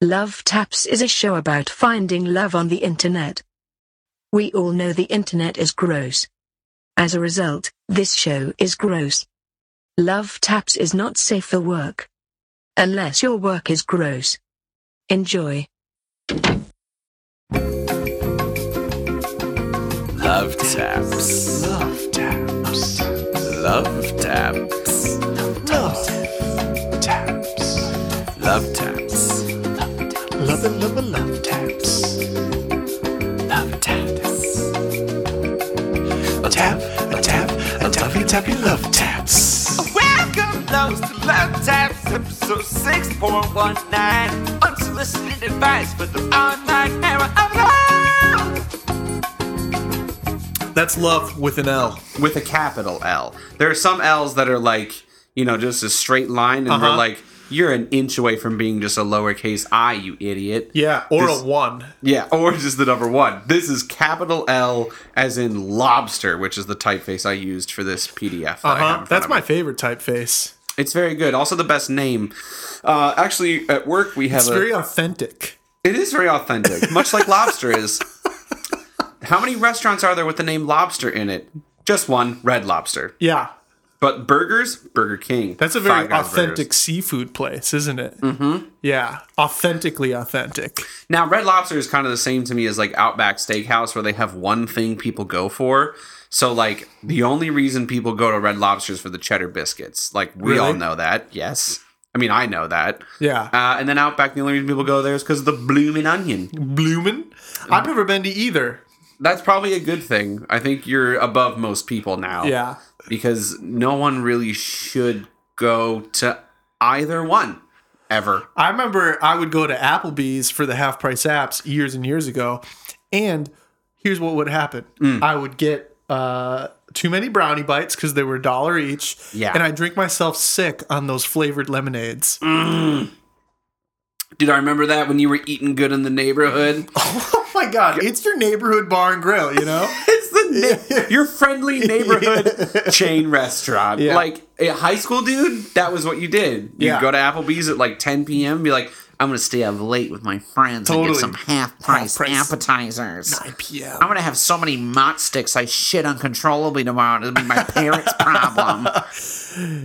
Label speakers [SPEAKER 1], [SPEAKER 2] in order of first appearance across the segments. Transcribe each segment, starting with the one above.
[SPEAKER 1] Love Taps is a show about finding love on the internet. We all know the internet is gross. As a result, this show is gross. Love Taps is not safe for work. Unless your work is gross. Enjoy.
[SPEAKER 2] Love taps. Love taps. Love taps. Love taps. Love taps. Love and love and love taps. Love taps. A tap, a tap, a tappy tappy love taps.
[SPEAKER 3] Welcome, loves to Love Taps, episode 6.19. Unsolicited advice for the online era of love.
[SPEAKER 4] That's love with an L.
[SPEAKER 5] with a capital L. There are some L's that are like, you know, just a straight line, and
[SPEAKER 4] Uh-huh.
[SPEAKER 5] we're like, you're an inch away from being just a lowercase i, you idiot.
[SPEAKER 4] Yeah, or
[SPEAKER 5] This-
[SPEAKER 4] a one.
[SPEAKER 5] Yeah, or just the number one. This is capital L as in lobster, which is the typeface I used for this PDF. that I have
[SPEAKER 4] Uh
[SPEAKER 5] in
[SPEAKER 4] huh.
[SPEAKER 5] front
[SPEAKER 4] That's
[SPEAKER 5] of
[SPEAKER 4] my
[SPEAKER 5] me.
[SPEAKER 4] favorite typeface.
[SPEAKER 5] It's very good. Also, the best name. Uh, actually, at work we have
[SPEAKER 4] It's
[SPEAKER 5] a.
[SPEAKER 4] very authentic.
[SPEAKER 5] it is very authentic, much like lobster is. How many restaurants are there with the name lobster in it? Just one, Red Lobster.
[SPEAKER 4] Yeah,
[SPEAKER 5] But burgers, Burger King.
[SPEAKER 4] that's a
[SPEAKER 5] Five
[SPEAKER 4] very
[SPEAKER 5] Guys burgers.
[SPEAKER 4] authentic seafood place, isn't it? Mm-hmm. Yeah, authentically authentic.
[SPEAKER 5] Now, Red Lobster is kind of the same to me as like Outback Steakhouse, where they have one thing people go for. So, like, the only reason people go to Red Lobster is for the cheddar biscuits. Like, we all
[SPEAKER 4] Really?
[SPEAKER 5] know that. Yes. I mean, I know that.
[SPEAKER 4] Yeah,
[SPEAKER 5] Uh, and then Outback, the only reason people go there is because of the blooming onion.
[SPEAKER 4] Bloomin'. I've never been to either.
[SPEAKER 5] That's probably a good thing. I think you're above most people now.
[SPEAKER 4] Yeah,
[SPEAKER 5] Because no one really should go to either one ever.
[SPEAKER 4] I remember I would go to Applebee's for the half price apps years and years ago, and here's what would happen:
[SPEAKER 5] Mm.
[SPEAKER 4] I would get uh, too many brownie bites because they were a dollar each,
[SPEAKER 5] Yeah. Mm.
[SPEAKER 4] and I drink myself sick on those flavored lemonades.
[SPEAKER 5] Dude, I remember that when you were eating good in the neighborhood.
[SPEAKER 4] Oh my god, it's your neighborhood bar and grill, you know?
[SPEAKER 5] It's the na- your friendly neighborhood chain restaurant.
[SPEAKER 4] Yeah.
[SPEAKER 5] Like a high school dude, that was what you did. You
[SPEAKER 4] Yeah.
[SPEAKER 5] would go to Applebee's at like 10 p.m. Be like, I'm gonna stay up late with my friends and
[SPEAKER 4] Totally.
[SPEAKER 5] get some half price
[SPEAKER 4] Half-price.
[SPEAKER 5] appetizers.
[SPEAKER 4] IPL.
[SPEAKER 5] I'm gonna have so many mott sticks I shit uncontrollably tomorrow. It'll be my parents' problem.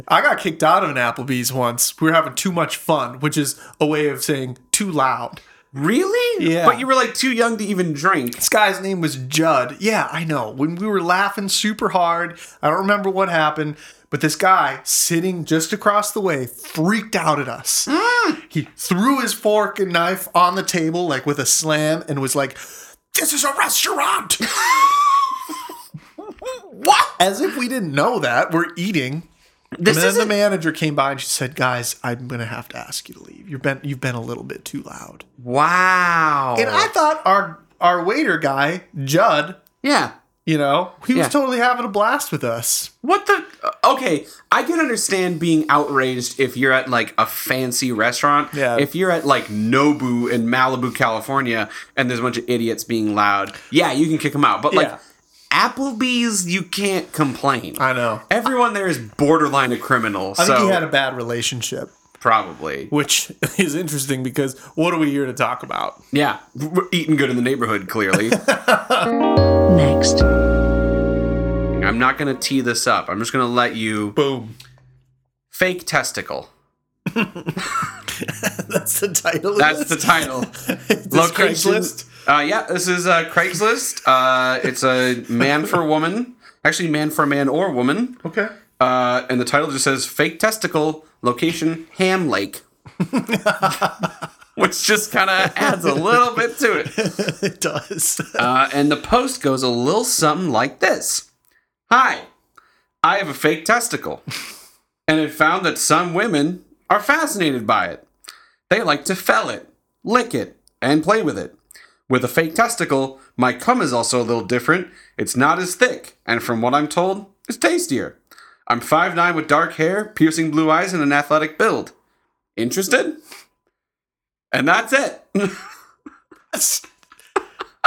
[SPEAKER 4] I got kicked out of an Applebee's once. We were having too much fun, which is a way of saying too loud.
[SPEAKER 5] Really?
[SPEAKER 4] Yeah.
[SPEAKER 5] But you were like too young to even drink.
[SPEAKER 4] This guy's name was Judd. Yeah, I know. When we were laughing super hard, I don't remember what happened, but this guy sitting just across the way freaked out at us. He threw his fork and knife on the table, like with a slam, and was like, This is a restaurant! what? As if we didn't know that. We're eating.
[SPEAKER 5] This
[SPEAKER 4] and then the
[SPEAKER 5] isn't.
[SPEAKER 4] manager came by and she said, "Guys, I'm gonna have to ask you to leave. You've been you've been a little bit too loud."
[SPEAKER 5] wow.
[SPEAKER 4] And I thought our our waiter guy Judd,
[SPEAKER 5] yeah.
[SPEAKER 4] you know, he
[SPEAKER 5] Yeah.
[SPEAKER 4] was totally having a blast with us.
[SPEAKER 5] What the? Okay, I can understand being outraged if you're at like a fancy restaurant.
[SPEAKER 4] Yeah.
[SPEAKER 5] If you're at like Nobu in Malibu, California, and there's a bunch of idiots being loud, yeah, you can kick them out. But like
[SPEAKER 4] Yeah.
[SPEAKER 5] Applebee's, you can't complain.
[SPEAKER 4] I know.
[SPEAKER 5] Everyone there is borderline a criminal.
[SPEAKER 4] I
[SPEAKER 5] so
[SPEAKER 4] think he had a bad relationship,
[SPEAKER 5] probably.
[SPEAKER 4] which is interesting because what are we here to talk about?
[SPEAKER 5] Yeah, we're eating good in the neighborhood. Clearly,
[SPEAKER 1] Next.
[SPEAKER 5] I'm not gonna tee this up. I'm just gonna let you
[SPEAKER 4] Boom.
[SPEAKER 5] fake testicle.
[SPEAKER 4] That's the title.
[SPEAKER 5] That's
[SPEAKER 4] of
[SPEAKER 5] the
[SPEAKER 4] this.
[SPEAKER 5] title.
[SPEAKER 4] Is this
[SPEAKER 5] Location-
[SPEAKER 4] Craigslist.
[SPEAKER 5] Uh, yeah, this is uh, Craigslist. Uh, it's a man for woman, actually man for man or woman,
[SPEAKER 4] Okay.
[SPEAKER 5] uh, and the title just says "fake testicle location Ham Lake," which just kind of adds a little bit to it.
[SPEAKER 4] It does.
[SPEAKER 5] Uh, and the post goes a little something like this: "Hi, I have a fake testicle, and it found that some women are fascinated by it. They like to fell it, lick it, and play with it." With a fake testicle, my cum is also a little different. It's not as thick, and from what I'm told, it's tastier. I'm 5'9 with dark hair, piercing blue eyes, and an athletic build. Interested? And that's it.
[SPEAKER 4] That's,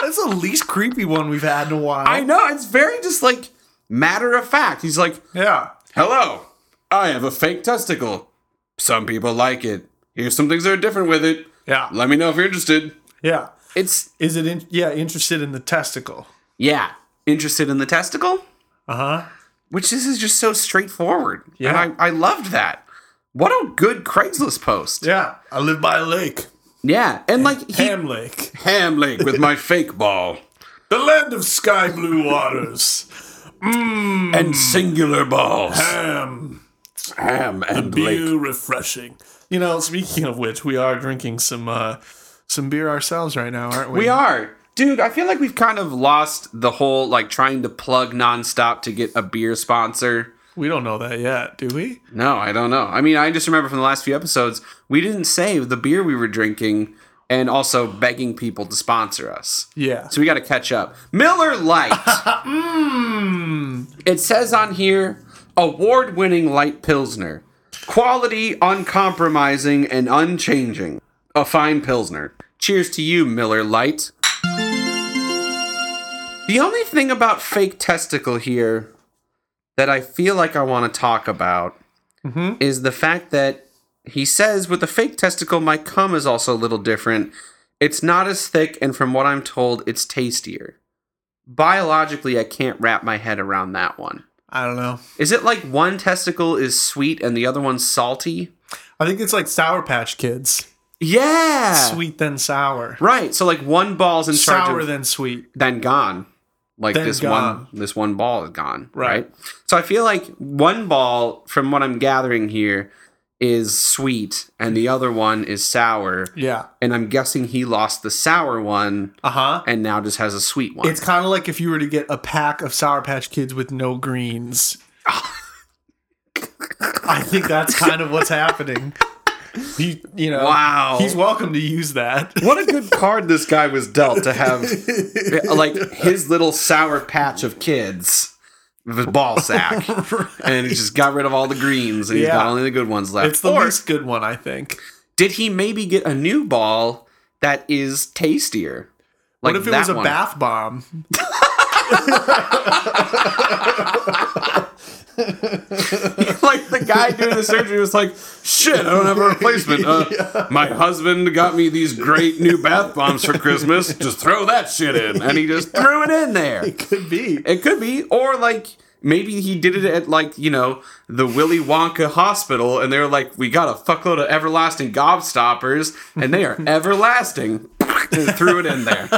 [SPEAKER 4] that's the least creepy one we've had in a while.
[SPEAKER 5] I know, it's very just like matter of fact. He's like,
[SPEAKER 4] yeah.
[SPEAKER 5] Hello, I have a fake testicle. Some people like it. Here's some things that are different with it.
[SPEAKER 4] Yeah.
[SPEAKER 5] Let me know if you're interested.
[SPEAKER 4] Yeah.
[SPEAKER 5] It's
[SPEAKER 4] Is it in, yeah, interested in the testicle?
[SPEAKER 5] yeah, interested in the testicle,
[SPEAKER 4] Uh-huh.
[SPEAKER 5] which this is just so straightforward.
[SPEAKER 4] Yeah.
[SPEAKER 5] And I, I loved that. What a good Craigslist post.
[SPEAKER 4] Yeah. I live by a lake.
[SPEAKER 5] Yeah, and like he,
[SPEAKER 4] Ham Lake.
[SPEAKER 5] ham lake with my fake ball
[SPEAKER 4] The land of sky blue waters. Mmm,
[SPEAKER 5] and singular balls.
[SPEAKER 4] Mm. Ham.
[SPEAKER 5] Ham and lake.
[SPEAKER 4] refreshing. You know, speaking of which, we are drinking some uh some beer ourselves right now, aren't we?
[SPEAKER 5] We are. Dude, I feel like we've kind of lost the whole like trying to plug nonstop to get a beer sponsor.
[SPEAKER 4] We don't know that yet, do we?
[SPEAKER 5] No, I don't know. I mean, I just remember from the last few episodes, we didn't say the beer we were drinking and also begging people to sponsor us.
[SPEAKER 4] Yeah.
[SPEAKER 5] So we got to catch up. Miller Light.
[SPEAKER 4] Mmm,
[SPEAKER 5] It says on here award winning light pilsner. Quality, uncompromising, and unchanging. A fine pilsner. Cheers to you, Miller Light. The only thing about fake testicle here that I feel like I want to talk about is the fact that he says with the fake testicle, my cum is also a little different. It's not as thick, and from what I'm told, it's tastier. Biologically, I can't wrap my head around that one.
[SPEAKER 4] I don't know.
[SPEAKER 5] Is it like one testicle is sweet and the other one's salty?
[SPEAKER 4] I think it's like Sour Patch Kids.
[SPEAKER 5] Yeah.
[SPEAKER 4] Sweet then sour.
[SPEAKER 5] Right. So like one ball's in charge
[SPEAKER 4] Sour
[SPEAKER 5] of
[SPEAKER 4] then sweet.
[SPEAKER 5] then gone. Like
[SPEAKER 4] Then
[SPEAKER 5] this
[SPEAKER 4] gone.
[SPEAKER 5] one this one ball is gone.
[SPEAKER 4] Right.
[SPEAKER 5] Right. So I feel like one ball, from what I'm gathering here, is sweet and the other one is sour.
[SPEAKER 4] Yeah.
[SPEAKER 5] And I'm guessing he lost the sour one
[SPEAKER 4] Uh-huh.
[SPEAKER 5] and now just has a sweet one.
[SPEAKER 4] It's kind of like if you were to get a pack of Sour Patch Kids with no greens. I think that's kind of what's happening. He, you know,
[SPEAKER 5] Wow.
[SPEAKER 4] he's welcome to use that.
[SPEAKER 5] what a good card this guy was dealt to have like his little sour patch of kids with his ball sack. And he just got rid of all the greens and he's
[SPEAKER 4] Yeah.
[SPEAKER 5] got only the good ones left.
[SPEAKER 4] It's the
[SPEAKER 5] Or-
[SPEAKER 4] least good one, I think.
[SPEAKER 5] did he maybe get a new ball that is tastier?
[SPEAKER 4] what if it was a bath bomb?
[SPEAKER 5] like the guy doing the surgery was like, "Shit, I don't have a replacement. Uh, My husband got me these great new bath bombs for Christmas. Just throw that shit in," and he just threw it in there.
[SPEAKER 4] Could be.
[SPEAKER 5] It could be, or like maybe he did it at like you know the Willy Wonka hospital, and they're like, "We got a fuckload of everlasting gobstoppers, and they are everlasting." and threw it in there.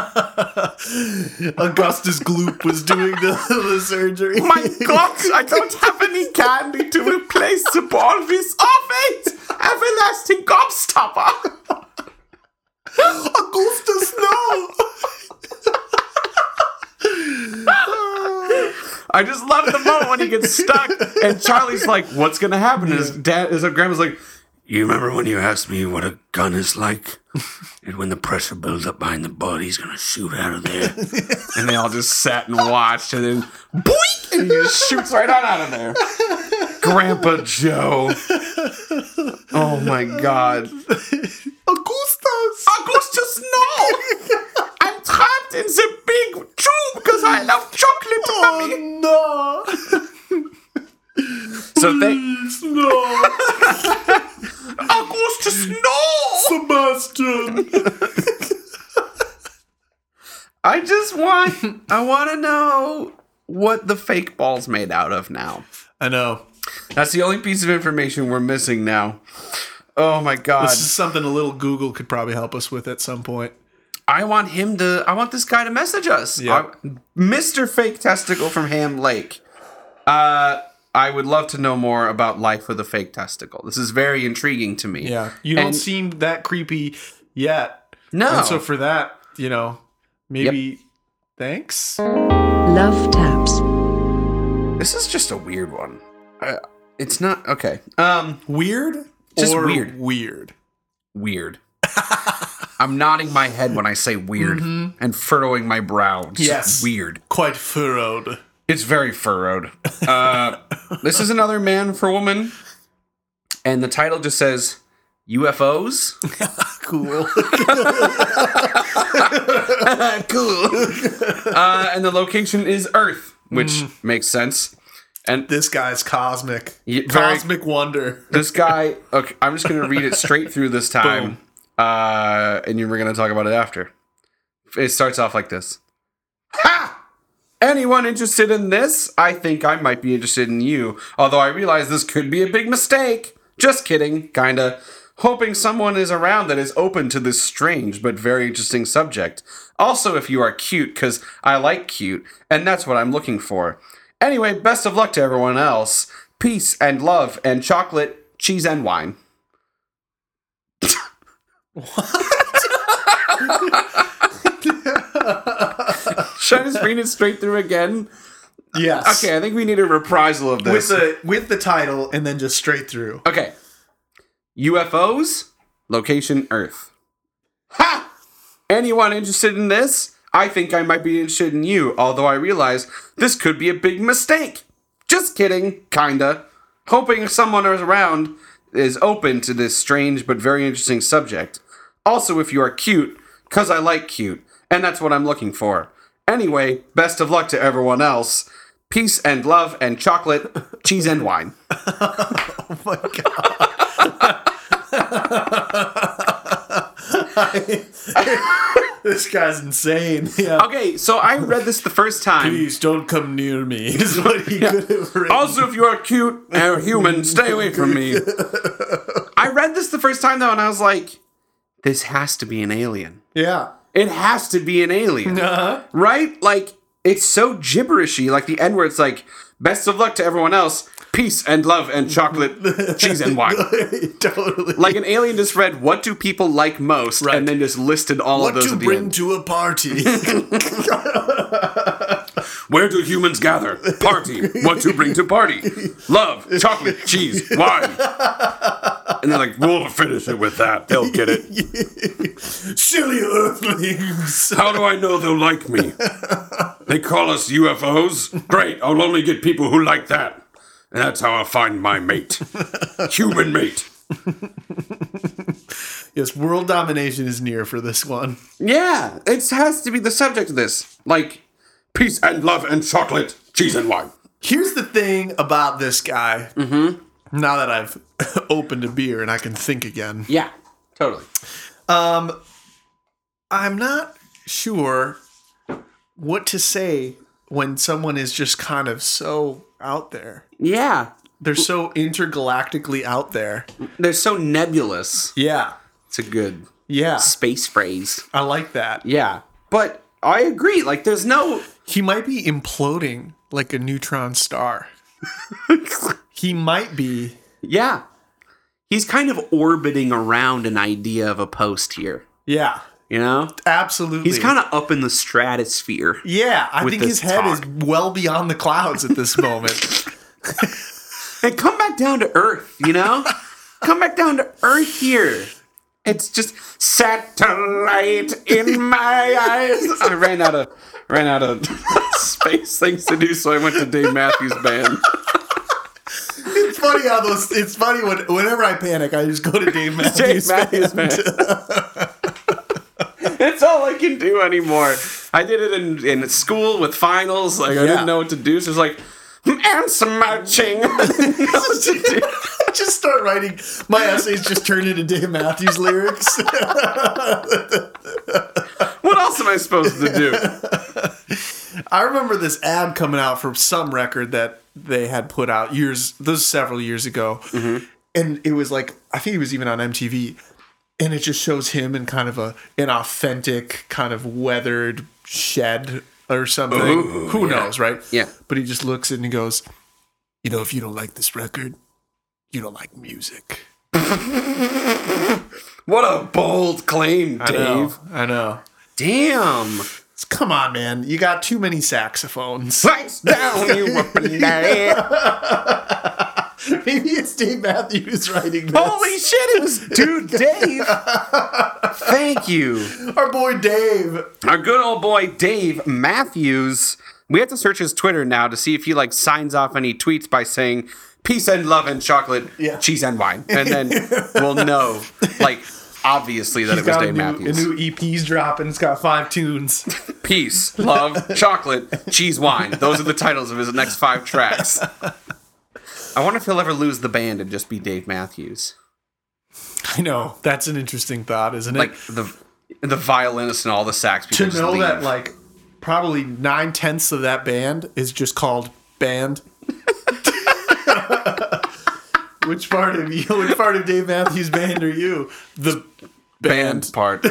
[SPEAKER 4] Augustus Gloop was doing the, the surgery.
[SPEAKER 5] My God, I don't have any candy to replace the ball with. Oh, wait! Everlasting gobstopper!
[SPEAKER 4] Augustus, no!
[SPEAKER 5] I just love the moment when he gets stuck and Charlie's like, what's gonna happen? And his dad, his grandma's like,
[SPEAKER 6] You remember when you asked me what a gun is like? and when the pressure builds up behind the body, he's gonna shoot out of there.
[SPEAKER 5] and they all just sat and watched and then boink! And he just shoots right on out of there. Grandpa Joe. Oh my God.
[SPEAKER 4] Augustus!
[SPEAKER 5] Augustus, no! I'm trapped in the big tube because I love chocolate, mummy!
[SPEAKER 4] Oh no!
[SPEAKER 5] So thank
[SPEAKER 4] No!
[SPEAKER 5] Augustus, no!
[SPEAKER 4] Sebastian!
[SPEAKER 5] I just want I want to know what the fake ball's made out of now.
[SPEAKER 4] I know.
[SPEAKER 5] That's the only piece of information we're missing now. Oh my god.
[SPEAKER 4] This is something a little Google could probably help us with at some point.
[SPEAKER 5] I want him to I want this guy to message us.
[SPEAKER 4] Yeah.
[SPEAKER 5] I- Mr. Fake Testicle from Ham Lake. Uh I would love to know more about life with a fake testicle. This is very intriguing to me.
[SPEAKER 4] Yeah. You don't
[SPEAKER 5] And-
[SPEAKER 4] seem that creepy yet.
[SPEAKER 5] No.
[SPEAKER 4] And so for that, you know, maybe thanks?
[SPEAKER 1] Love Taps.
[SPEAKER 5] this is just a weird one. Uh, it's not okay. Um
[SPEAKER 4] Weird?
[SPEAKER 5] Just
[SPEAKER 4] or
[SPEAKER 5] weird.
[SPEAKER 4] Weird.
[SPEAKER 5] weird. I'm nodding my head when I say weird and furrowing my brow. It's just
[SPEAKER 4] Mm-hmm. Yes.
[SPEAKER 5] Weird.
[SPEAKER 4] Quite furrowed.
[SPEAKER 5] It's very furrowed. Uh, this is another man for woman. And the title just says UFOs.
[SPEAKER 4] Cool. Mm.
[SPEAKER 5] cool. Uh, and the location is Earth, which makes sense. And
[SPEAKER 4] This guy's cosmic.
[SPEAKER 5] Yeah, very-
[SPEAKER 4] cosmic wonder.
[SPEAKER 5] this guy, okay, I'm just going to read it straight through this time. Uh, and you were going to talk about it after. It starts off like this Ha! Anyone interested in this? I think I might be interested in you, although I realize this could be a big mistake. Just kidding, kinda. Hoping someone is around that is open to this strange but very interesting subject. Also, if you are cute, because I like cute, and that's what I'm looking for. Anyway, best of luck to everyone else. Peace and love and chocolate, cheese and wine. Should I just read it straight through again?
[SPEAKER 4] Yes.
[SPEAKER 5] Okay, I think we need a reprisal of
[SPEAKER 4] With
[SPEAKER 5] this.
[SPEAKER 4] the with the title and then just straight through.
[SPEAKER 5] Okay. UFOs, location Earth. Ha! Anyone interested in this? I think I might be interested in you, although I realize this could be a big mistake. Just kidding, kinda. Hoping someone is around is open to this strange but very interesting subject. Also, if you are cute, because I like cute, and that's what I'm looking for. Anyway, best of luck to everyone else. Peace and love and chocolate, cheese and wine.
[SPEAKER 4] Oh my god. this guy's insane. Yeah.
[SPEAKER 5] Okay, so I read this the first time.
[SPEAKER 4] Please don't come near me. Is what he could have written.
[SPEAKER 5] Also, if you are cute and human, stay away from me. I read this the first time though, and I was like, "This has to be an alien.
[SPEAKER 4] yeah.
[SPEAKER 5] It has to be an alien,
[SPEAKER 4] Uh-huh.
[SPEAKER 5] right? Like it's so gibberishy. Like the end where it's like, "Best of luck to everyone else, peace and love and chocolate, cheese and wine."
[SPEAKER 4] totally.
[SPEAKER 5] Like an alien just read, "What do people like most?"
[SPEAKER 4] Right.
[SPEAKER 5] and then just listed all
[SPEAKER 4] what
[SPEAKER 5] of those.
[SPEAKER 4] to
[SPEAKER 5] at the
[SPEAKER 4] bring
[SPEAKER 5] end.
[SPEAKER 4] to a party.
[SPEAKER 5] Where do humans gather? Party. What to bring to party? Love, chocolate, cheese, wine. And they're like, we'll finish it with that. They'll get it.
[SPEAKER 4] Silly earthlings.
[SPEAKER 5] How do I know they'll like me? They call us UFOs? Great, I'll only get people who like that. And that's how I'll find my mate. Human mate.
[SPEAKER 4] Yes, world domination is near for this one.
[SPEAKER 5] Yeah, it has to be the subject of this. Like, peace and love and chocolate, cheese and wine.
[SPEAKER 4] Here's the thing about this guy. Mm-hmm. Now that I've opened a beer and I can think again,
[SPEAKER 5] Yeah, totally.
[SPEAKER 4] I'm not sure what to say when someone is just kind of so out there.
[SPEAKER 5] Yeah,
[SPEAKER 4] They're so intergalactically out there.
[SPEAKER 5] they're so nebulous.
[SPEAKER 4] Yeah.
[SPEAKER 5] It's a good
[SPEAKER 4] Yeah.
[SPEAKER 5] space phrase.
[SPEAKER 4] I like that.
[SPEAKER 5] Yeah. But I agree. Like, there's no.
[SPEAKER 4] He might be imploding like a neutron star. he might be.
[SPEAKER 5] Yeah. He's kind of orbiting around an idea of a post here.
[SPEAKER 4] Yeah.
[SPEAKER 5] You know?
[SPEAKER 4] Absolutely.
[SPEAKER 5] He's kind of up in the stratosphere.
[SPEAKER 4] Yeah, I
[SPEAKER 5] with
[SPEAKER 4] think his
[SPEAKER 5] this
[SPEAKER 4] head
[SPEAKER 5] talk.
[SPEAKER 4] is well beyond the clouds at this moment.
[SPEAKER 5] And come back down to Earth, you know? come back down to Earth here. It's just satellite in my eyes. I ran out of ran out of space things to do, so I went to Dave Matthews Band.
[SPEAKER 4] it's funny how those. It's funny when whenever I panic, I just go to Dave Matthews.
[SPEAKER 5] Dave Matthews Band. it's all I can do anymore. I did it in, in school with finals. Like I
[SPEAKER 4] Yeah.
[SPEAKER 5] didn't know what to do. So it's like, I'm smarching. I didn't know what to do.
[SPEAKER 4] just start writing my essays. Just turn into Dave Matthews lyrics.
[SPEAKER 5] what else am I supposed to do?
[SPEAKER 4] I remember this ad coming out for some record that they had put out years, this was several years ago,
[SPEAKER 5] Mm-hmm.
[SPEAKER 4] and it was like I think it was even on MTV, and it just shows him in kind of a an authentic kind of weathered shed or something. Who knows, right?
[SPEAKER 5] Yeah.
[SPEAKER 4] But he just looks at it and he goes, "You know, if you don't like this record, you don't like music."
[SPEAKER 5] What a bold claim,
[SPEAKER 4] I know,
[SPEAKER 5] Dave.
[SPEAKER 4] I know.
[SPEAKER 5] Damn.
[SPEAKER 4] It's- Come on, man! You got too many saxophones.
[SPEAKER 5] Lights down, you up and down.
[SPEAKER 4] Maybe it's Dave Matthews writing this.
[SPEAKER 5] Holy shit, it was dude Dave. Thank you.
[SPEAKER 4] Our boy Dave.
[SPEAKER 5] Our good old boy Dave Matthews. We have to search his Twitter now to see if he like signs off any tweets by saying peace and love and chocolate,
[SPEAKER 4] Yeah.
[SPEAKER 5] cheese and wine, and then we'll know like obviously that it
[SPEAKER 4] He's
[SPEAKER 5] was
[SPEAKER 4] got a
[SPEAKER 5] Dave
[SPEAKER 4] new-
[SPEAKER 5] Matthews.
[SPEAKER 4] A new EP's dropping. It's got five tunes.
[SPEAKER 5] Peace, love, chocolate, cheese, wine. Those are the titles of his next five tracks. I wonder if he'll ever lose the band and just be Dave Matthews,
[SPEAKER 4] I know. That's an interesting thought, isn't it?
[SPEAKER 5] like the the violinist and all the sax people.
[SPEAKER 4] to
[SPEAKER 5] just
[SPEAKER 4] know
[SPEAKER 5] leave.
[SPEAKER 4] that like probably nine tenths of that band is just called band. which part of you? Which part of Dave Matthews Band are you? The
[SPEAKER 5] band part.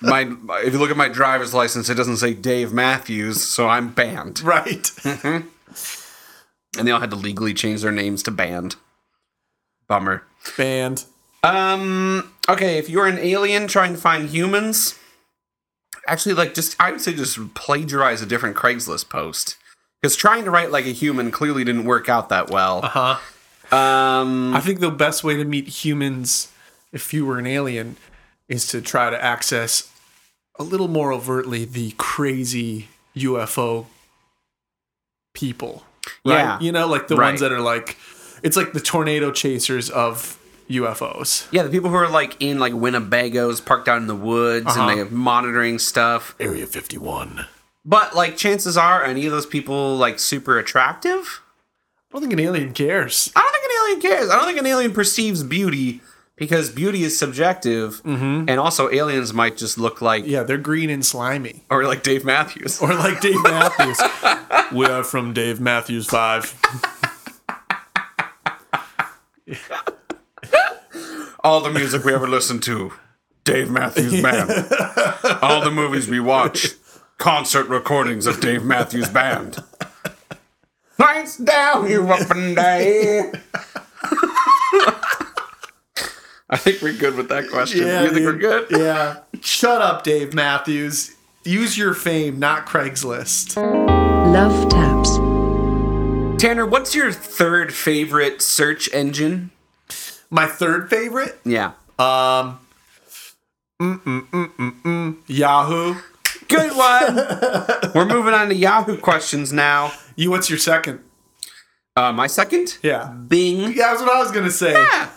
[SPEAKER 5] my if you look at my driver's license, it doesn't say Dave Matthews, so I'm banned.
[SPEAKER 4] right.
[SPEAKER 5] And they all had to legally change their names to band. Bummer.
[SPEAKER 4] band.
[SPEAKER 5] Um. Okay, if you're an alien trying to find humans, actually, like, just I would say just plagiarize a different Craigslist post because trying to write like a human clearly didn't work out that well.
[SPEAKER 4] Uh-huh.
[SPEAKER 5] Uh huh. Um.
[SPEAKER 4] I think the best way to meet humans, if you were an alien, is to try to access a little more overtly the crazy UFO people. Right?
[SPEAKER 5] Yeah.
[SPEAKER 4] You know, like the
[SPEAKER 5] Right.
[SPEAKER 4] ones that are like, it's like the tornado chasers of UFOs.
[SPEAKER 5] Yeah, the people who are like in like Winnebago's parked out in the woods
[SPEAKER 4] Uh-huh.
[SPEAKER 5] and they're monitoring stuff.
[SPEAKER 4] Area 51. I
[SPEAKER 5] But like chances are are any of those people like super attractive?
[SPEAKER 4] don't think an alien cares.
[SPEAKER 5] I don't think an alien cares. I don't think an alien perceives beauty because beauty is subjective and also aliens might just look like
[SPEAKER 4] Mm-hmm. Yeah, they're green and slimy.
[SPEAKER 5] or like Dave Matthews.
[SPEAKER 4] Or like Dave Matthews. we are from Dave Matthews 5.
[SPEAKER 5] All the music we ever listened to, Dave Matthews Band. All the movies we watch, concert recordings of Dave Matthews Band. Lights down, you up and down. I think we're good with that question. you think
[SPEAKER 4] dude.
[SPEAKER 5] we're good?
[SPEAKER 4] Yeah. Shut up, Dave Matthews. Use your fame, not Craigslist.
[SPEAKER 1] Love Taps.
[SPEAKER 5] Tanner, what's your third favorite search engine?
[SPEAKER 4] My third favorite,
[SPEAKER 5] Yeah.
[SPEAKER 4] Yahoo.
[SPEAKER 5] Good one. We're moving on to Yahoo questions now.
[SPEAKER 4] You, what's your second?
[SPEAKER 5] Uh, my second?
[SPEAKER 4] Yeah.
[SPEAKER 5] Bing.
[SPEAKER 4] Yeah, that's what I was gonna say.
[SPEAKER 5] Yeah.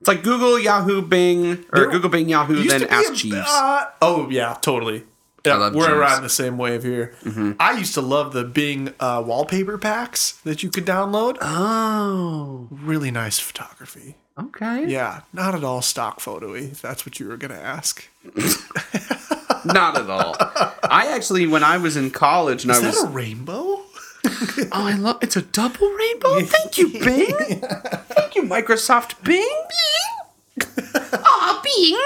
[SPEAKER 5] It's like Google, Yahoo, Bing, or
[SPEAKER 4] There-
[SPEAKER 5] Google, Bing, Yahoo,
[SPEAKER 4] Used
[SPEAKER 5] then
[SPEAKER 4] to be
[SPEAKER 5] Ask
[SPEAKER 4] a-
[SPEAKER 5] Jeeves.
[SPEAKER 4] uh, oh yeah, totally. Yeah,
[SPEAKER 5] love
[SPEAKER 4] we're
[SPEAKER 5] Jeeves. Mm-hmm.
[SPEAKER 4] around the same wave here. I used to love the Bing uh, wallpaper packs that you could download.
[SPEAKER 5] oh,
[SPEAKER 4] Really nice photography.
[SPEAKER 5] okay.
[SPEAKER 4] Yeah, not at all stock photo-y, if that's what you were gonna ask.
[SPEAKER 5] Not at all. I actually, when I was in college, and
[SPEAKER 4] Is
[SPEAKER 5] I
[SPEAKER 4] that
[SPEAKER 5] was
[SPEAKER 4] a rainbow?
[SPEAKER 5] Oh, I love it's a double rainbow. Thank you, Bing. Thank you, Microsoft Bing. Bing. Aw, Bing.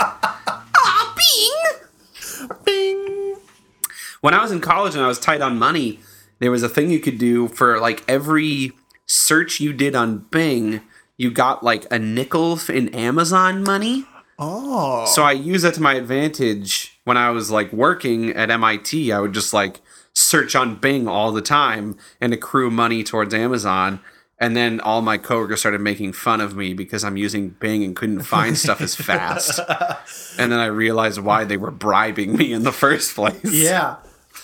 [SPEAKER 5] Aw, Bing. Bing. When I was in college and I was tight on money, there was a thing you could do for like every search you did on Bing, you got like a nickel in Amazon money.
[SPEAKER 4] Oh.
[SPEAKER 5] So I use that to my advantage when I was like working at MIT. I would just like search on Bing all the time and accrue money towards Amazon. And then all my coworkers started making fun of me because I'm using Bing and couldn't find stuff as fast. And then I realized why they were bribing me in the first place.
[SPEAKER 4] Yeah.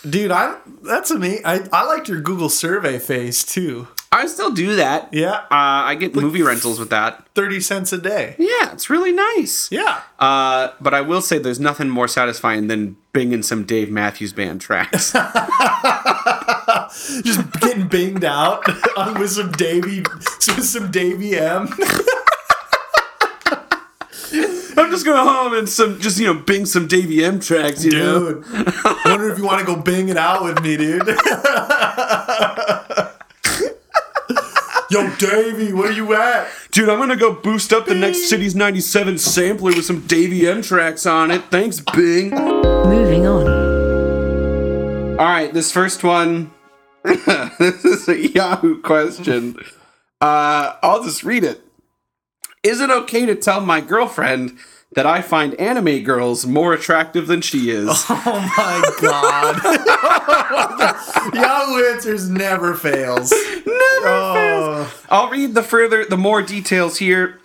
[SPEAKER 4] Dude, I that's amazing. I, I liked your Google survey phase too.
[SPEAKER 5] I still do that.
[SPEAKER 4] Yeah.
[SPEAKER 5] Uh, I get movie rentals with that.
[SPEAKER 4] 30 cents a day.
[SPEAKER 5] Yeah, it's really nice.
[SPEAKER 4] Yeah.
[SPEAKER 5] Uh, but I will say there's nothing more satisfying than binging some Dave Matthews Band tracks.
[SPEAKER 4] Just getting binged out on with some Davy with some Davy M.
[SPEAKER 5] I'm just going home and some just you know bing some Davey M tracks, you know.
[SPEAKER 4] Dude. Wonder if you want to go bing it out with me, dude. Yo, Davy, where you at?
[SPEAKER 5] Dude, I'm gonna go boost up the next city's 97 sampler with some Davey M tracks on it. Thanks, Bing. All
[SPEAKER 1] Moving on.
[SPEAKER 5] right, this first one. this is a Yahoo question. Uh, I'll just read it. Is it okay to tell my girlfriend that I find anime girls more attractive than she is?
[SPEAKER 4] Oh my god. Yahoo answers never fails.
[SPEAKER 5] Never
[SPEAKER 4] Oh.
[SPEAKER 5] I'll read the further, the more details here.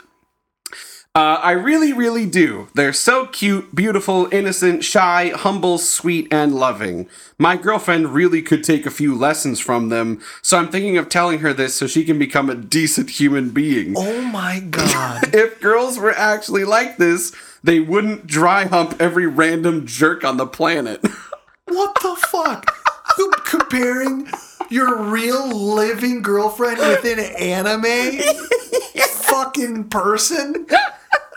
[SPEAKER 5] Uh, I really, really do. They're so cute, beautiful, innocent, shy, humble, sweet, and loving. My girlfriend really could take a few lessons from them, so I'm thinking of telling her this so she can become a decent human being.
[SPEAKER 4] Oh my god.
[SPEAKER 5] If girls were actually like this, they wouldn't dry hump every random jerk on the planet.
[SPEAKER 4] what the fuck? You comparing your real living girlfriend with an anime fucking person?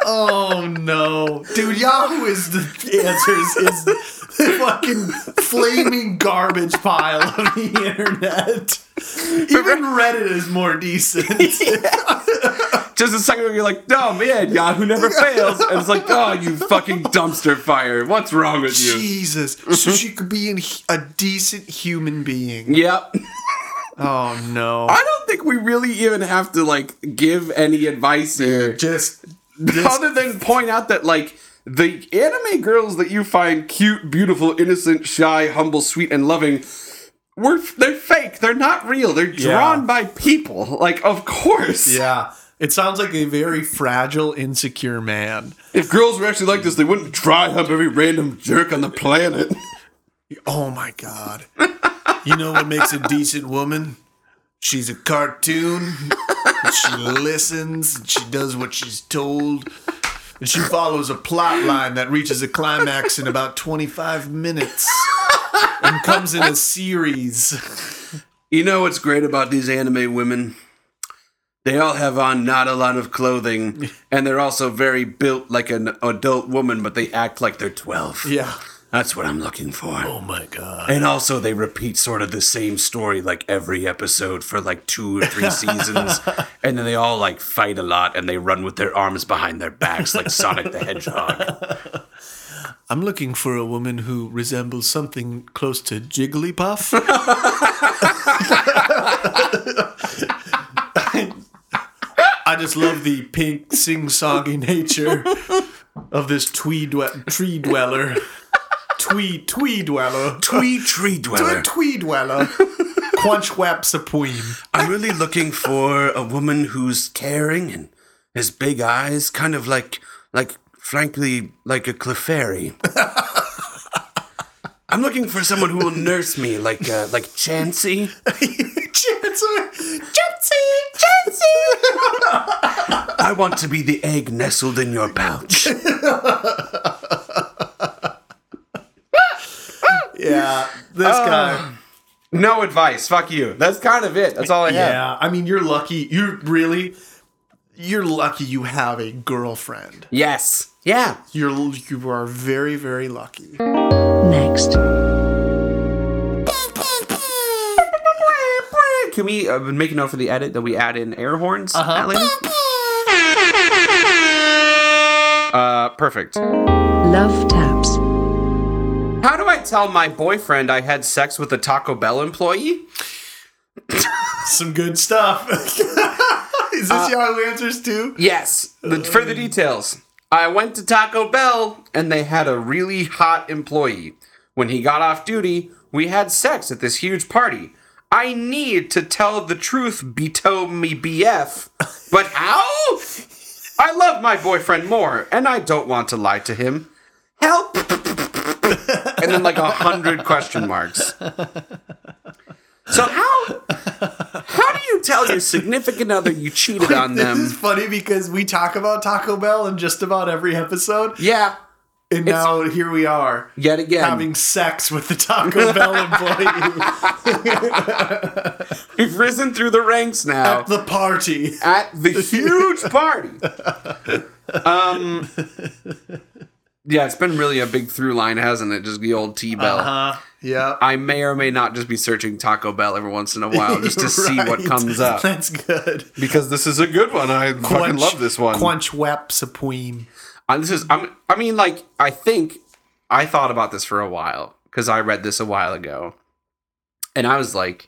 [SPEAKER 4] Oh no. Dude, Yahoo is the answers is the fucking flaming garbage pile of the internet. Even Reddit is more decent.
[SPEAKER 5] Just a second ago, you're like, oh man, Yahoo never fails. And it's like, oh, you fucking dumpster fire. What's wrong with you?
[SPEAKER 4] Jesus. So she could be an, a decent human being.
[SPEAKER 5] Yep.
[SPEAKER 4] Oh no.
[SPEAKER 5] I don't think we really even have to like give any advice here,
[SPEAKER 4] Just
[SPEAKER 5] other than point out that like the anime girls that you find cute, beautiful, innocent, shy, humble, sweet, and loving. Were, they're fake. They're not real. They're
[SPEAKER 4] Yeah.
[SPEAKER 5] drawn by people. Like, of course.
[SPEAKER 4] Yeah. It sounds like a very fragile, insecure man.
[SPEAKER 5] If girls were actually like this, they wouldn't dry hump every random jerk on the planet.
[SPEAKER 4] Oh my God. You know what makes a decent woman? She's a cartoon. and She listens. And she does what she's told. And she follows a plot line that reaches a climax in about 25 minutes and comes in a series.
[SPEAKER 6] You know what's great about these anime women? They all have on not a lot of clothing, and they're also very built like an adult woman, but they act like they're 12.
[SPEAKER 4] Yeah.
[SPEAKER 6] That's what I'm looking for.
[SPEAKER 4] Oh my God.
[SPEAKER 6] And also, they repeat sort of the same story like every episode for like two or three seasons. and then they all like fight a lot and they run with their arms behind their backs like Sonic the Hedgehog.
[SPEAKER 4] I'm looking for a woman who resembles something close to Jigglypuff. I just love the pink, sing-songy nature of this twee dwe- tree dweller. Twee, twee dweller.
[SPEAKER 6] Twee Tree
[SPEAKER 4] Twee,
[SPEAKER 6] Dweller.
[SPEAKER 4] twee dweller. Quanchwap supreme.
[SPEAKER 6] I'm really looking for a woman who's caring and has big eyes, kind of like, like, frankly, like a Clefairy. I'm looking for someone who will nurse me, like, uh, like Chansey.
[SPEAKER 4] Chancellor! Chancey! Chancey!
[SPEAKER 6] I want to be the egg nestled in your pouch.
[SPEAKER 4] Yeah, this guy.
[SPEAKER 5] Uh, no advice. Fuck you. That's kind of it. That's all I have.
[SPEAKER 4] Yeah, I mean, you're lucky. You're really, you're lucky you have a girlfriend.
[SPEAKER 5] Yes. Yeah.
[SPEAKER 4] You're you are very very lucky.
[SPEAKER 1] Next.
[SPEAKER 5] Can we uh, make a note for the edit that we add in air horns, Alan? Uh, perfect.
[SPEAKER 1] Love taps.
[SPEAKER 5] How do I tell my boyfriend I had sex with a Taco Bell employee?
[SPEAKER 4] Some good stuff. Is this Yahoo Answers too?
[SPEAKER 5] Yes. The, further details. I went to Taco Bell and they had a really hot employee. When he got off duty, we had sex at this huge party. I need to tell the truth, beto me BF. But how? I love my boyfriend more and I don't want to lie to him. Help! and then like a hundred question marks. So how how do you tell your significant other you cheated on
[SPEAKER 4] This
[SPEAKER 5] them?
[SPEAKER 4] is funny because we talk about Taco Bell in just about every episode,
[SPEAKER 5] Yeah,
[SPEAKER 4] and now here we are
[SPEAKER 5] yet again.
[SPEAKER 4] having sex with the Taco Bell employee
[SPEAKER 5] We've risen through the ranks now
[SPEAKER 4] at the party.
[SPEAKER 5] at the huge party. Um, yeah, it's been really a big through line, hasn't it? Just the old T Bell.
[SPEAKER 4] Uh, yeah.
[SPEAKER 5] I may or may not just be searching Taco Bell every once in a while just to see what
[SPEAKER 4] Right.
[SPEAKER 5] comes up.
[SPEAKER 4] That's good.
[SPEAKER 5] Because this is a good one. I fucking love this one.
[SPEAKER 4] Quanchwap supreme.
[SPEAKER 5] Uh, this is I'm, I mean like I think I thought about this for a while cuz I read this a while ago. And I was like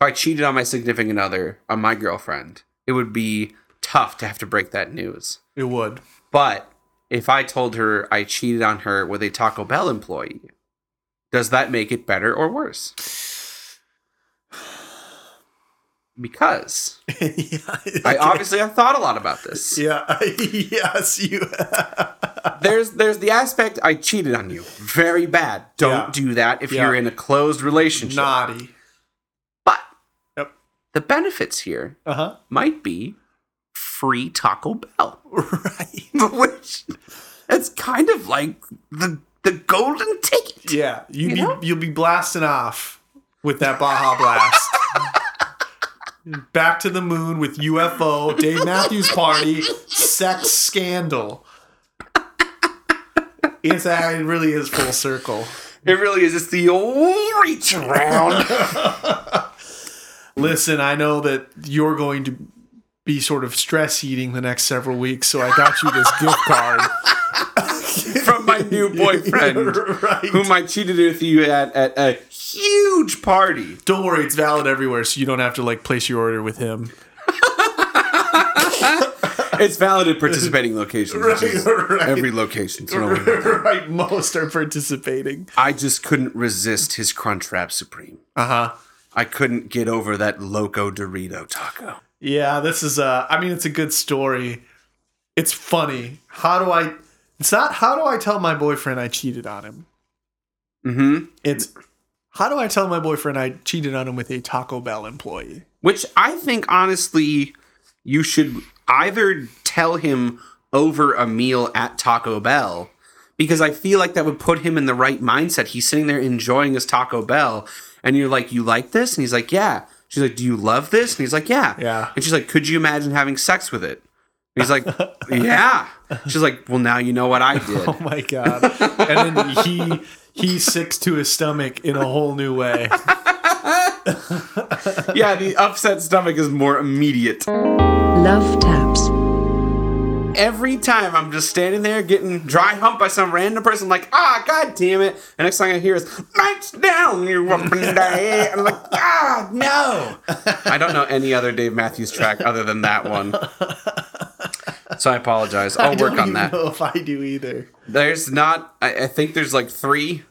[SPEAKER 5] if I cheated on my significant other, on my girlfriend, it would be tough to have to break that news.
[SPEAKER 4] It would.
[SPEAKER 5] But if I told her I cheated on her with a Taco Bell employee, does that make it better or worse?
[SPEAKER 6] because
[SPEAKER 4] yeah.
[SPEAKER 6] I obviously I thought a lot about this.
[SPEAKER 4] yeah. yes, you.
[SPEAKER 6] There's there's the aspect I cheated on you. Very bad. Don't
[SPEAKER 4] Yeah.
[SPEAKER 6] do that if
[SPEAKER 4] Yeah.
[SPEAKER 6] you're in a closed relationship.
[SPEAKER 4] Naughty.
[SPEAKER 6] But
[SPEAKER 4] Yep.
[SPEAKER 6] the benefits here
[SPEAKER 4] Uh huh.
[SPEAKER 6] might be free Taco Bell.
[SPEAKER 4] Right.
[SPEAKER 6] Which that's kind of like the the golden ticket.
[SPEAKER 4] Yeah. You'd be, You'll be blasting off with that Baja Blast. Back to the moon with UFO, Dave Matthews Party, sex scandal. It's, uh, it really is full circle.
[SPEAKER 6] It really is. It's the old reach around.
[SPEAKER 4] Listen, I know that you're going to be sort of stress eating the next several weeks, so I got you this gift card.
[SPEAKER 6] from my new boyfriend,
[SPEAKER 4] Right.
[SPEAKER 6] whom I cheated with you at at a huge party.
[SPEAKER 4] Don't worry, it's valid everywhere, so you don't have to like place your order with him.
[SPEAKER 6] It's valid at participating locations. which is
[SPEAKER 4] right.
[SPEAKER 6] Every location. so don't worry.
[SPEAKER 4] right, most are participating.
[SPEAKER 6] I just couldn't resist his Crunchwrap Supreme.
[SPEAKER 4] Uh huh.
[SPEAKER 6] I couldn't get over that Loco Dorito taco.
[SPEAKER 4] Yeah, this is. Uh, I mean, it's a good story. It's funny. How do I? It's not. How do I tell my boyfriend I cheated on him?
[SPEAKER 6] Mm-hmm.
[SPEAKER 4] It's. How do I tell my boyfriend I cheated on him with a Taco Bell employee?
[SPEAKER 6] Which I think, honestly, you should either tell him over a meal at Taco Bell, because I feel like that would put him in the right mindset. He's sitting there enjoying his Taco Bell, and you're like, You like this? And he's like, Yeah. She's like, Do you love this? And he's like, Yeah.
[SPEAKER 4] Yeah.
[SPEAKER 6] And she's like, Could you imagine having sex with it? And he's like, Yeah. She's like, Well, now you know what I did.
[SPEAKER 4] Oh my god! And then he he sicks to his stomach in a whole new way.
[SPEAKER 6] yeah, the upset stomach is more immediate.
[SPEAKER 1] Love Taps.
[SPEAKER 6] Every time I'm just standing there getting dry humped by some random person, like, ah, god damn it. And next thing I hear is, lights down, you up and down. I'm like, ah, no. I don't know any other Dave Matthews track other than that one. So I apologize. I'll work on that.
[SPEAKER 4] know if I do either.
[SPEAKER 6] There's not. I, I think there's like three.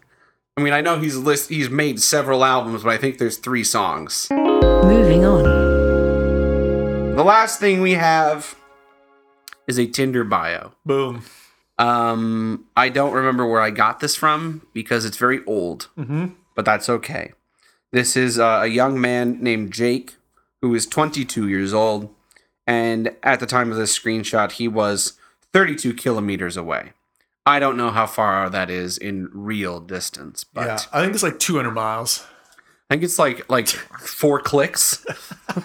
[SPEAKER 6] I mean, I know he's list. He's made several albums, but I think there's three songs.
[SPEAKER 1] Moving on.
[SPEAKER 6] The last thing we have is a Tinder bio.
[SPEAKER 4] Boom.
[SPEAKER 6] Um, I don't remember where I got this from because it's very old, but that's okay. This is uh, a young man named Jake who is 22 years old, and at the time of this screenshot, he was 32 kilometers away. I don't know how far that is in real distance, but
[SPEAKER 4] Yeah, I think it's like 200 miles,
[SPEAKER 6] I think it's like like four clicks, a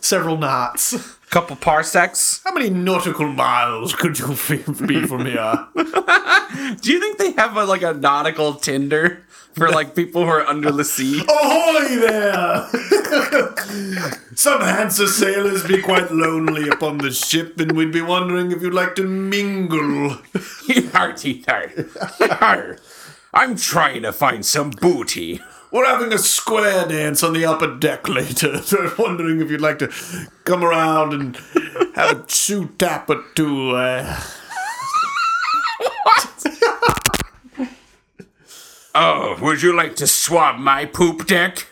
[SPEAKER 4] several knots.
[SPEAKER 6] couple parsecs.
[SPEAKER 4] How many nautical miles could you be from here?
[SPEAKER 6] Do you think they have a, like a nautical Tinder for like people who are under the sea?
[SPEAKER 4] Ahoy there! Some handsome sailors be quite lonely upon the ship, and we'd be wondering if you'd like to mingle.
[SPEAKER 7] Hearty, heart. I'm trying to find some booty.
[SPEAKER 4] We're having a square dance on the upper deck later, so I'm wondering if you'd like to come around and have a two tap or two. Uh,
[SPEAKER 7] Oh, would you like to swab my poop deck?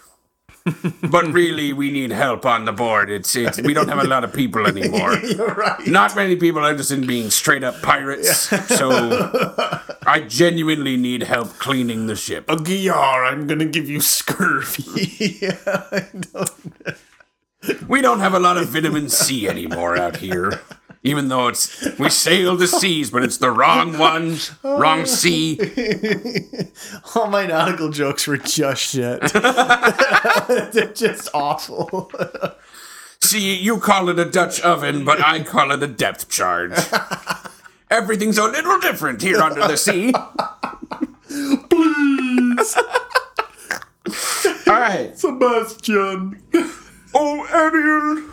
[SPEAKER 7] but really, we need help on the board. It's, it's we don't have a lot of people anymore.
[SPEAKER 4] right.
[SPEAKER 7] Not many people are interested in being straight up pirates. So I genuinely need help cleaning the ship.
[SPEAKER 4] A Giar, I'm gonna give you scurvy. yeah, I don't know.
[SPEAKER 7] We don't have a lot of vitamin C anymore out here. Even though it's we sail the seas, but it's the wrong one, wrong sea.
[SPEAKER 4] All my nautical jokes were just shit. They're just awful.
[SPEAKER 7] See, you call it a Dutch oven, but I call it a depth charge. Everything's a little different here under the sea.
[SPEAKER 6] All right.
[SPEAKER 4] Sebastian.
[SPEAKER 6] Oh, Ariel.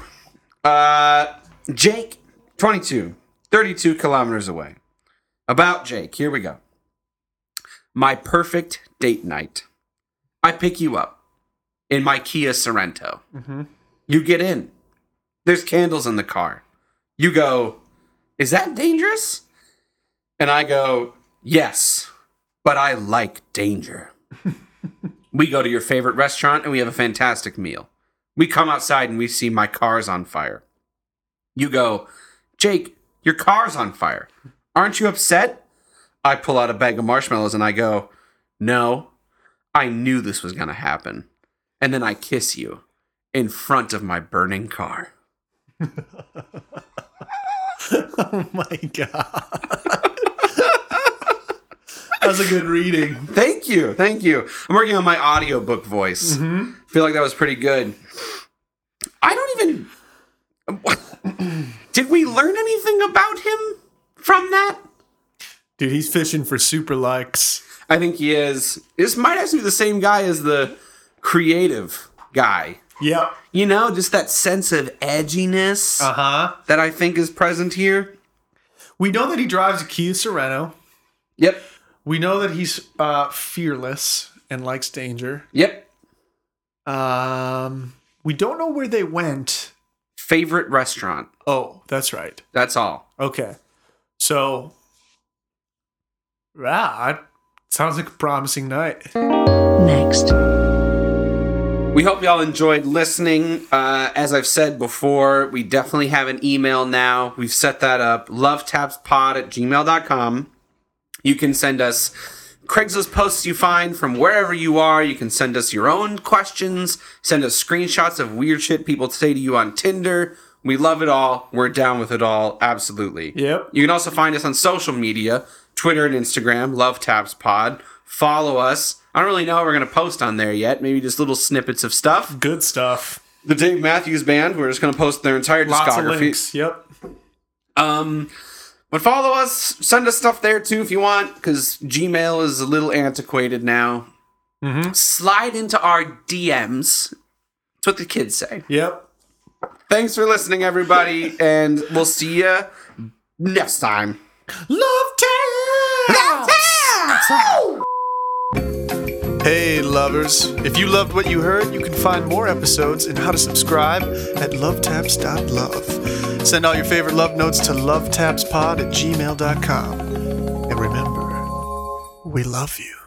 [SPEAKER 6] Uh, Jake, 22, 32 kilometers away. About Jake, here we go. My perfect date night. I pick you up in my Kia Sorrento. You get in. There's candles in the car. You go, Is that dangerous? And I go, Yes, but I like danger. we go to your favorite restaurant and we have a fantastic meal. We come outside and we see my car's on fire. You go, Jake, your car's on fire. Aren't you upset? I pull out a bag of marshmallows and I go, No, I knew this was going to happen. And then I kiss you in front of my burning car.
[SPEAKER 4] Oh my god. That's a good reading.
[SPEAKER 6] Thank you. Thank you. I'm working on my audiobook voice. Feel like that was pretty good. I don't even Did we learn anything about him from that?
[SPEAKER 4] Dude, he's fishing for super likes.
[SPEAKER 6] I think he is. This might actually be the same guy as the creative guy.
[SPEAKER 4] Yep.
[SPEAKER 6] You know, just that sense of edginess
[SPEAKER 4] Uh-huh.
[SPEAKER 6] that I think is present here.
[SPEAKER 4] We know that he drives a Kia Sorento.
[SPEAKER 6] Yep.
[SPEAKER 4] We know that he's uh, fearless and likes danger.
[SPEAKER 6] Yep.
[SPEAKER 4] Um, we don't know where they went.
[SPEAKER 6] Favorite restaurant.
[SPEAKER 4] Oh, that's right.
[SPEAKER 6] That's all.
[SPEAKER 4] Okay. So, yeah, I- sounds like a promising night.
[SPEAKER 1] Next.
[SPEAKER 6] We hope y'all enjoyed listening. Uh, as I've said before, we definitely have an email now. We've set that up lovetapspod at gmail.com. You can send us Craigslist posts you find from wherever you are. You can send us your own questions, send us screenshots of weird shit people say to you on Tinder. We love it all. We're down with it all. Absolutely.
[SPEAKER 4] Yep.
[SPEAKER 6] You can also find us on social media Twitter and Instagram, Love Taps Pod. Follow us. I don't really know what we're going to post on there yet. Maybe just little snippets of stuff.
[SPEAKER 4] Good stuff.
[SPEAKER 6] The Dave Matthews Band, we're just going to post their entire
[SPEAKER 4] Lots of
[SPEAKER 6] discography.
[SPEAKER 4] links. Yep.
[SPEAKER 6] Um, but follow us, send us stuff there too if you want, because Gmail is a little antiquated now. Slide into our DMs. That's what the kids say.
[SPEAKER 4] Yep.
[SPEAKER 6] Thanks for listening, everybody, and we'll see you next time.
[SPEAKER 4] Hey, lovers. If you loved what you heard, you can find more episodes and how to subscribe at lovetaps.love. Send all your favorite love notes to lovetapspod at gmail.com. And remember, we love you.